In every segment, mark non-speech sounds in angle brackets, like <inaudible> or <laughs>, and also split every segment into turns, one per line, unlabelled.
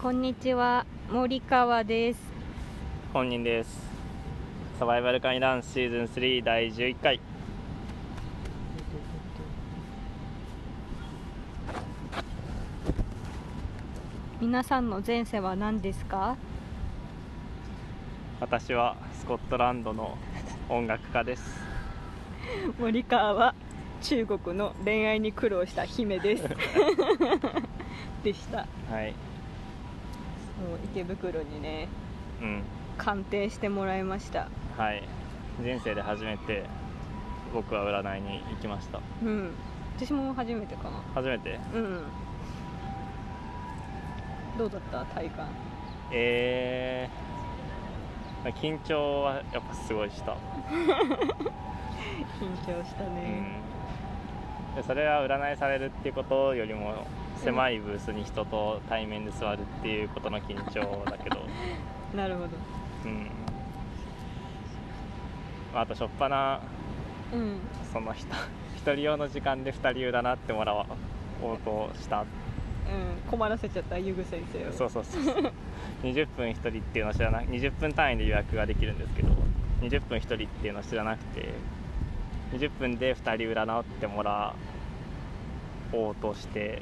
こんにちは森川です
本人ですサバイバルカニダンスシーズン3第11回
皆さんの前世は何ですか
私はスコットランドの音楽家です
森川は中国の恋愛に苦労した姫です <laughs> でした
はい
もう池袋にね
うん
鑑定してもらいました
はい人生で初めて僕は占いに行きました
うん私も初めてかな
初めて
うんどうだった体感
えー、緊張はやっぱすごいした、
緊張した
う
ね、
ん、でそれは占いされるっていうことよりも狭いブースに人と対面で座るっていうことの緊張だけど
なるほど
うんまああとしょっぱな
うん
その人 <laughs> 一人用の時間で二人用だなってもらおうとした
うん、困らせちゃったユグ先生を
そうそうそうそう20分一人っていうのを知らない20分単位で予約ができるんですけど20分一人っていうのを知らなくて20分で二人占ってもらおうとして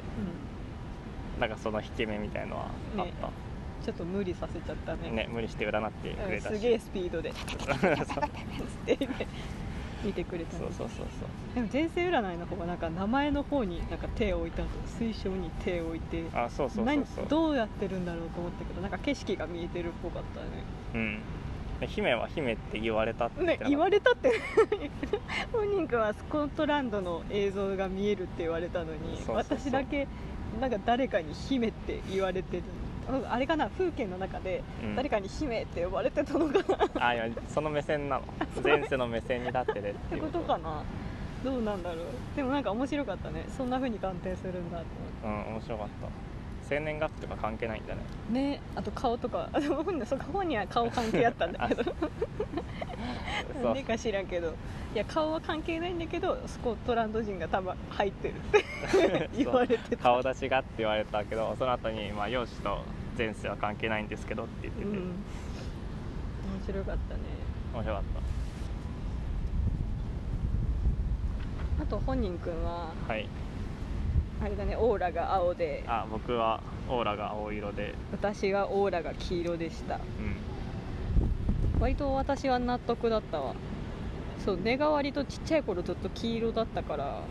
う
なんかその引け目みたいのはあった、
ん、ちょっと無理させちゃったね
ね無理して占ってく
う
れ
ん
たし、
すげえスピードで
そう
つって見てくれた
そ
の
うそうそうそう
でも前世占いの方はなんか名前の方になんか手を置いたと水晶に手を置いて
あそうそうそう
何
そう
どうやってるんだろうと思ったけどなんか景色が見えてるっぽかったね
うん、で姫は姫って言われたって言っ
ね
てなかった
言われたって本人君はスコットランドの映像が見えるって言われたのに
そうそうそう
私だけなんか誰かに「姫」って言われてるうんあれかな風景の中で
うん
誰かに「姫」って呼ばれてたのかな
あいやその目線
<laughs>
なの前世の目線に立ってるっ
ってて
いう
ことかなどうなんだろうでもなんか面白かったねそんな風に鑑定するんだと思
うん面白かった生年月日とか関係ないんだね
ってねあと顔とかあでも本 <laughs> 人そこ本人は顔関 <laughs> 係あったんだけど
そ
な
うん
でか知らんけどいや顔は関係ないんだけどスコットランド人が多分入ってるって言われてた
顔出しがって言われたけどその後にまあ容姿と前世は関係ないんですけどって言っ
う
て
ん
て、
面白かったね
面白かっ
あと本人くんは
たはい
あれだねオーラが青で
あ僕はオーラが青色で
私はオーラが黄色でした
うん
割と私は納得だったわそう根が割とちっちゃい頃ずっと黄色だったから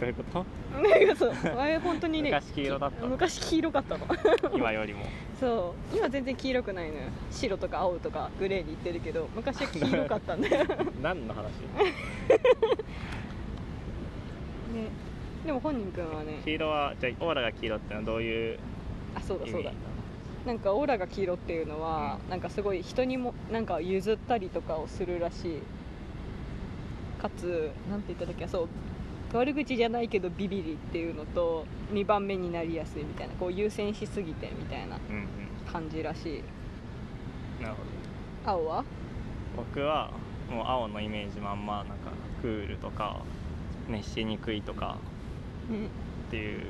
どういう
<laughs>
こ
なんかそう前本当にね
<laughs> 昔黄色だった
昔黄色かったの
と今よりも
そう今全然黄色くないのよ白とか青とかグレーにいってるけど昔は黄色かったんだ
<laughs>
よ、ね、
何の話
でも本人くんはね
黄色はじゃあオーラが黄色ってのはどういう
あそうだ
意味
そうだなんかオーラが黄色っていうのはなんかすごい人にもなんか譲ったりとかをするらしいかつなんて言った時はそう悪口じゃないけどビビりっていうのと2番目になりやすいみたいなこう優先しすぎてみたいな
うんうん
感じらしい
なるほど
青は
僕はもう青のイメージまんまなんかクールとか熱しにくいとか
ね
っていう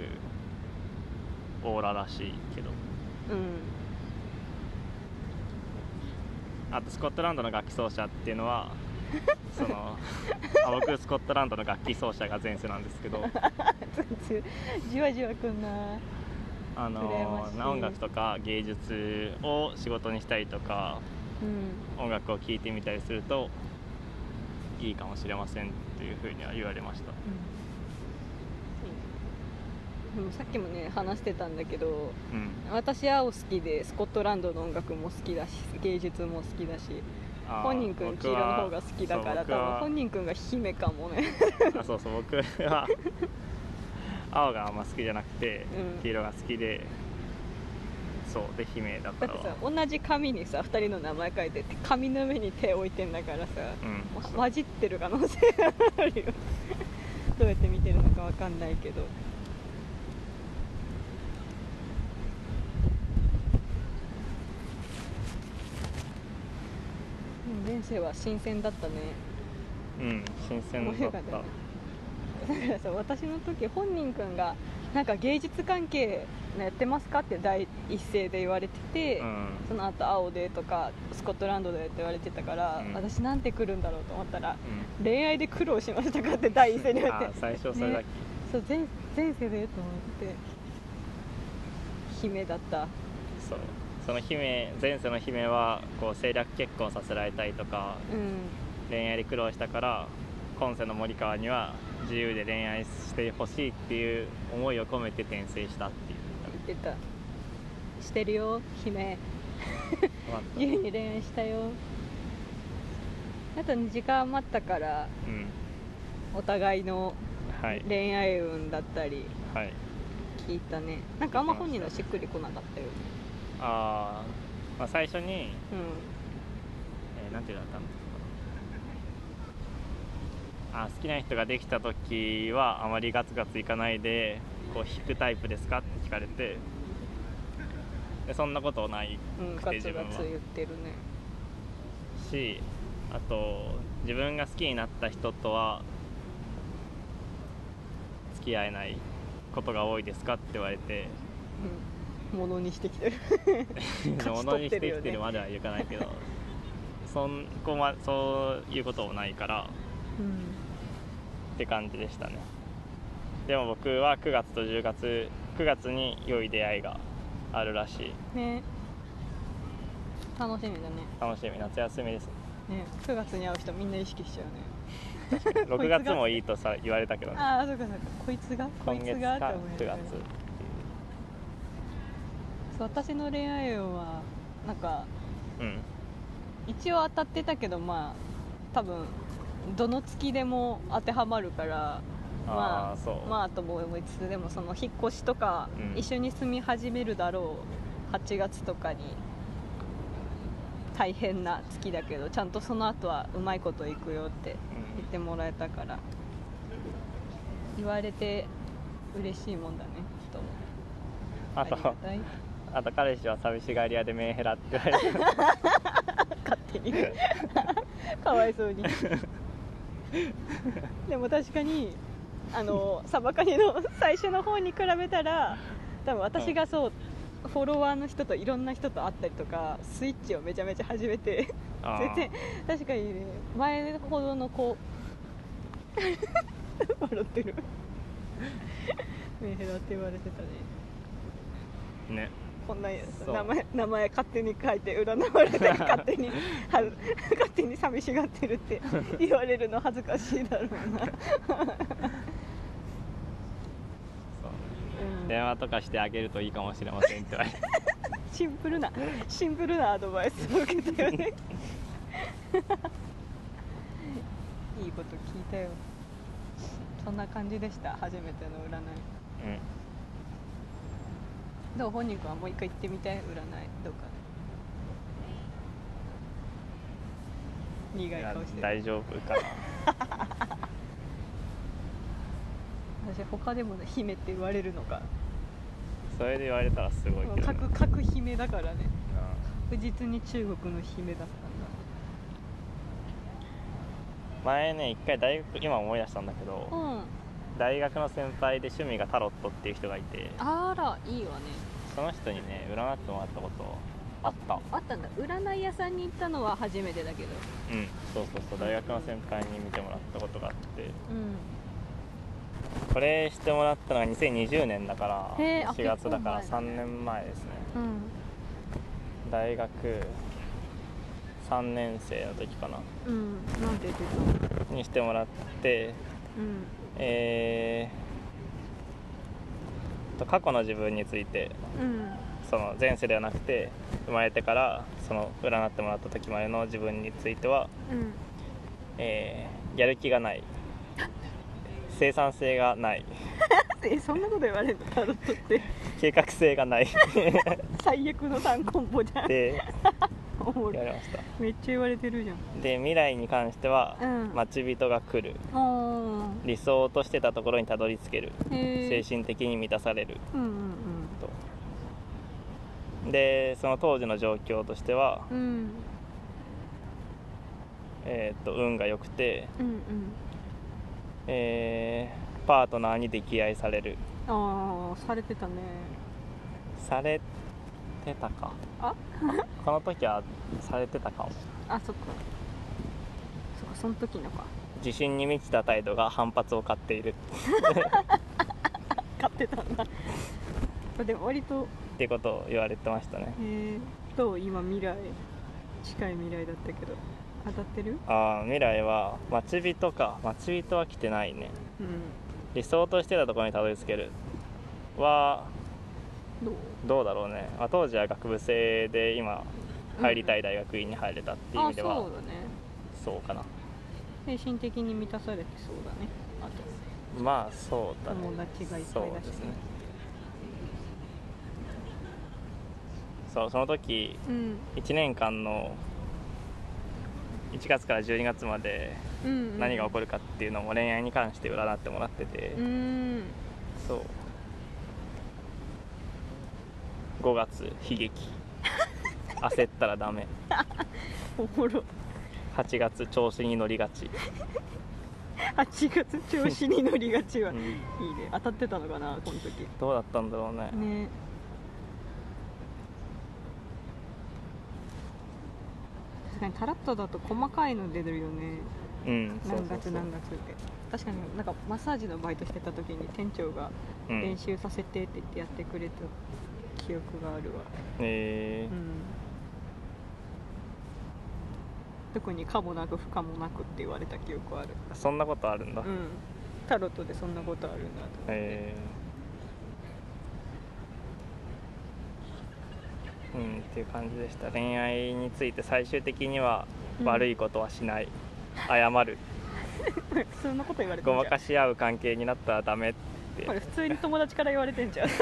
オーラらしいけど
うん
あとスコットランドの楽器奏者っていう
<laughs>
のはそのあ僕スコットランドの楽器奏者が前世なんですけど
じわじわくんな
あの
羨ましい
音楽とか芸術を仕事にしたりとか
うん
音楽を聴いてみたりするといいかもしれませんっていうふうには言われました
でもさっきもね話してたんだけど
うん
私青好きでスコットランドの音楽も好きだし芸術も好きだし
あー
本人くん黄色の方が好きだから
僕
多
はそう僕
分
は
本人くんが姫かもね
<laughs> あそうそう僕は青があんま好きじゃなくて、
うん
黄色が好きでそうで姫だか
だっ
ら
<laughs> てさ同じ紙にさ2人の名前書いてって紙の上に手置いてんだからさ
うんそう
混じってる可能性があるよ <laughs> どうやって見てるのかわかんないけどでも前世は新鮮だったね <laughs>
うん新鮮だ
面白
っ
か
た
ったねだからさ私の時本人くんがなんか芸術関係やってますかって第一声で言われてて、
うん
その後青でとかスコットランドでって言われてたから、
うん
私なんて来るんだろうと思ったら恋愛で苦労しましたかって第一声
う
で
ん、
言わ
あ
れ
ー
て
最初それだけ、
ねそう前前世でと思って姫だった
そうその姫前世の姫はこう政略結婚させられたりとか
うん
恋愛で苦労したから今世の森川には自由で恋愛してほしいっていう思いを込めて転生したっていう
言ってたしてるよ姫
終わった
自由に恋愛したよあとね時間余ったから
うん
お互いの
はい
恋愛運だったり
はい
聞いたねなんかあんま本人のしっくりこなかったよ
あー、まあ最初に、
う
えーなんていうのだったんですかあ好きな人ができた時はあまりガツガツいかないでこう引くタイプですかって聞かれてでそんなことない
ん、うん、
く
ガ
て自
ツ
分
ガ
は
ツ言ってるね
しあと自分が好きになった人とは付き合えないことが多いですかって言われて
うんものにしてきてる勝ち
物
取
に
っ
してて
るよ
き
ね
てるまでは言かないけどそんこまそういうこともないから
うん
って感じでしたねでも僕は9月と10月9月に良い出会いがあるらしい
ね楽しみだ
楽しみ夏休
<laughs>
みです
ねね9月に会う人みんな意識しちゃうね
6月もいいとさ言われたけどね
ああそうかそうかこいつがこい
今
つ
月
がって
か
思い
9
ながら
月
そう私の恋愛運はなんか
うん
一応当たってたけどまあ多分どの月でも当てはまるからま
あ
あ
ーそう
まあとも思いつつでもその引っ越しとか、
うん
一緒に住み始めるだろう8月とかに大変な月だけどちゃんとその後はうまいこといくよって
うん
言ってもらえたから言われて嬉しいもんだねと思う
あ
りが
と
たい
あと彼氏は寂しがり屋でメンヘラって言われて
勝手に <laughs> かわいそう <laughs> にでも確かにあのサバカニの <laughs> 最初の方に比べたら多分私がそう、フォロワーの人といろんな人と会ったりとかスイッチをめちゃめちゃ始めて
あー
全然確かにね前ほどのこう <laughs> 笑ってるメンヘラって言われてたね
ね
こんな
そう
名前名前勝手に書いて占われ
<laughs>
て勝手には勝手に寂しがってるって言われるの恥ずかしいだろうな、
そう
うん
<laughs> 電話とかしてあげるといいかもしれませんって言われて
シンプルなシンプルなアドバイスを受けたよね
<laughs>
いいこと聞いたよそんな感じでした初めての占い
うん
どう本人君はもう一回行ってみたい占いどうか苦い顔して
いや
る
大丈夫かな
私他でもね姫って言われるのか
それで言われたらすごいけど、ね
各各姫だからね
う
確
ん
実に中国の姫だったんだ
前ね一回大学今思い出したんだけど、
うん
大学の先輩で趣味がタロットっていう人がいて
あらいいわね
その人にね占ってもらったことあった
あったんだ占い屋さんに行ったのは初めてだけど
うんそうそうそう大学の先輩に見てもらったことがあって
う
これしてもらったのが2020年だから
へえあ
4月だから
結構
3
前だね
年前ですね
んうん
大学3年生の時かな
うんなんて言ってた
にしてもらって
うん
えーと過去の自分について
うん
その前世ではなくて生まれてからその占ってもらった時までの自分については、
うん
えーやる気がない生産性がない
えそんなこと言われるのタロットって
計画性がない
最悪の3コンボじゃん
で
おも
言わ
ろい
れました
めっちゃ言われてるじゃん
で未来に関しては、
うん
待ち人が来る
あ
理想としてたところにたどり着ける
あへ
精
え
神的に満たされる
うんうん
とでその当時の状況としては、
うんうん
えーっと運が良くて、
うんうん
えーパートナーに溺愛される
ああされてたね
されてたか
あ <laughs>
この時はされてたかも
あそっかそっかその時のか
自信に満ちた態度が反発を買っている
買ってたんだでも割と
ってことを言われてましたね
えー、と今未来近い未来だったけど当たってる
ああ未来は待ち人か待ち人は来てないね
うん
理想としてたところにたどり着けるは
どう
どうだろうね、まあ、当時は学部生で今入りたい大学院に入れたっていう意
あ
味では、
そうだね
そうかな
精神的に満たされてそうだねあと
まあそうだね
友達がいっぱいだしね
そうですねそうその時
うん
1年間の1月から12月まで
うん、うん、
何が起こ
る
るかっていうのも恋愛に関して占ってもらってて、
うん
そう5月
<laughs>
悲劇焦ったらダメ
おもろ
8月調子に乗りがち、
8月調子に乗りがちは、
う
い
ん
いね当たってたのかなこの時
どうだったんだろうね
ね確かにタラッとだと細かいの出るよね
うんそう
何
そう
月
そう
何月って確かになんかマッサージのバイトしてた時に店長が
うん
練習させてって言ってやってくれた記憶があるわ
え
うん特に可もなく不可もなくって言われた記憶はある
ーそんなことあるんだ、
うんタロットでそんなことあるんだと思って
えーうん、っていう感じでした恋愛について最終的には
うん
悪いことはしない、謝る
<laughs> そんなこと言われて
ご
ん
ま
じゃ
かし合う関係になったらダメって
<laughs> んこれ普通に友達から言われてん
<laughs>
じゃん
普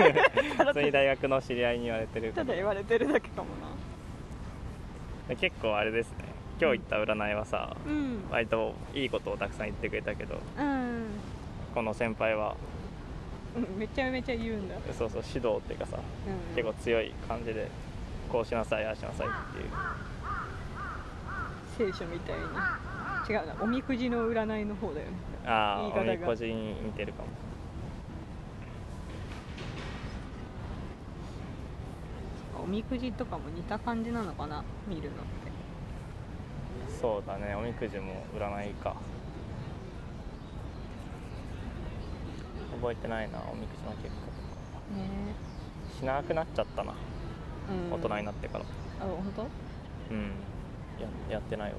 通に大学の知り合いに言われ
<laughs>
てる
ただ言われてるだけかもな
結構あれですね今日行った占いはさ、
うん
割といいことをたくさん言ってくれたけど
うん
この先輩は
うんめちゃめちゃ言うんだ、
そうそう指導っていうかさ
うん、
結構強い感じでこうしなさいああしなさいっていう
聖書みたいに違うなおみくじの占いの方だよね
ああお
言
み
い方が
こじに似てるかも
おみくじとかも似た感じなのかな見るのって
そうだねおみくじも占いか覚えてないなおみくじの結
ね
果しなくなっちゃったな、
うん
大人になってから
あ本当
うんややってないわ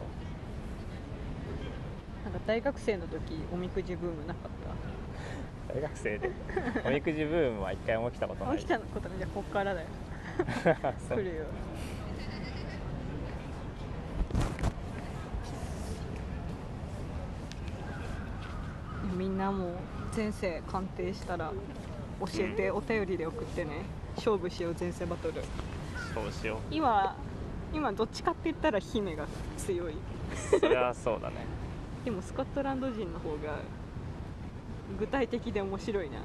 なんか大学生の時おみくじブームなかっ
大学生
<laughs>
でおみくじブームは一回も起きたことな
た
い
起きたのことねじゃあこっからだよ
そう
来るよみんなもう前世鑑定したら教えてお便りで送ってね勝負しよう前世バトル
そうしよ
今今どっちかって言ったら姫が強いう
それはそうだね
でもスコットランド人の方が具体的で面白いな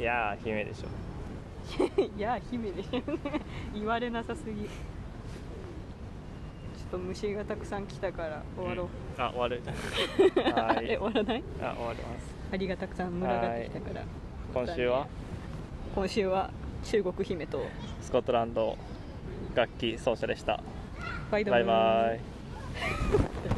いやー姫でしょ
いや姫でしょ言われなさすぎちょっと虫がたくさん来たから終わろう、
うんあ
<laughs>
終わるはーい
え終わらない
あ終わります
アリがたくさん群がってきたから
今週は
今週は中国姫と
スコットランド楽器奏者でした
バイド
バイバイ